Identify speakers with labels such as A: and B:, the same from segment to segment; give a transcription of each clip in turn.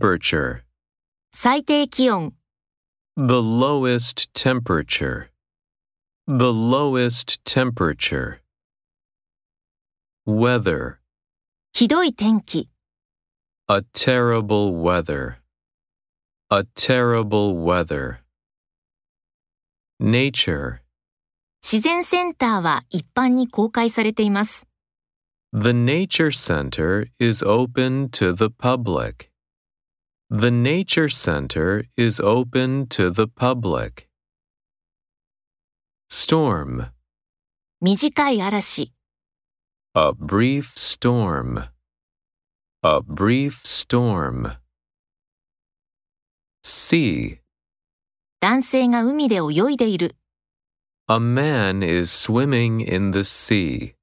A: Temperature.
B: 最低気温、
A: The lowest temperature. The lowest temperature. Weather.
B: ひどい天気、
A: A terrible weather. A terrible weather. Nature.
B: 自然センターは一般に公開されています。
A: The Nature Center is open to the public. The Nature Center is open to the public. Storm.
B: 短い嵐、
A: A brief storm. A brief storm. Sea.
B: 男性が海で泳いでいる。
A: A man is swimming in the sea.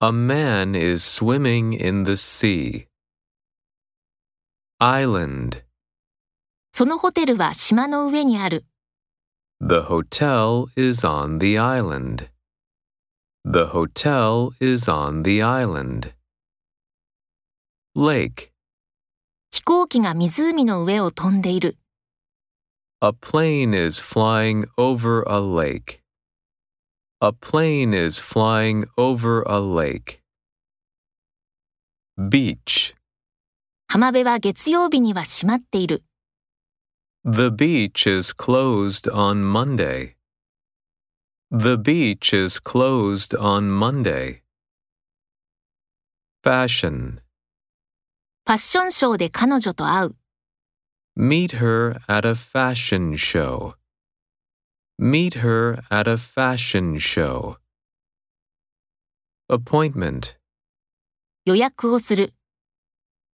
A: A man is swimming in the sea. Island.
B: そのホテルは島の上にある。
A: The hotel is on the island. The hotel is on the island. Lake.
B: 飛行機が湖の上を飛んでいる。
A: A plane is flying over a lake. A plane is flying over a lake. Beach.
B: 浜辺は月曜日には閉まっている。
A: The beach is closed on Monday. The beach is closed on Monday. Fashion.
B: ファッションショーで彼女と会う。
A: Meet her at a fashion show. Meet her at a fashion show. Appointment.
B: 予約をする。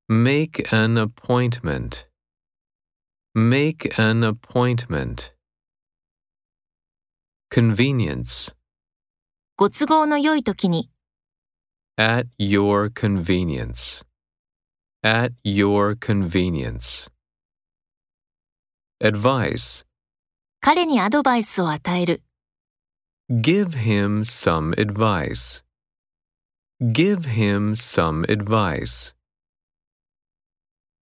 A: Make an appointment. Make an appointment. Convenience.
B: ご都合の良い時に、
A: At your convenience. At your convenience. Advice.
B: 彼にアドバイスを与える。
A: Give him some advice. Give him some advice.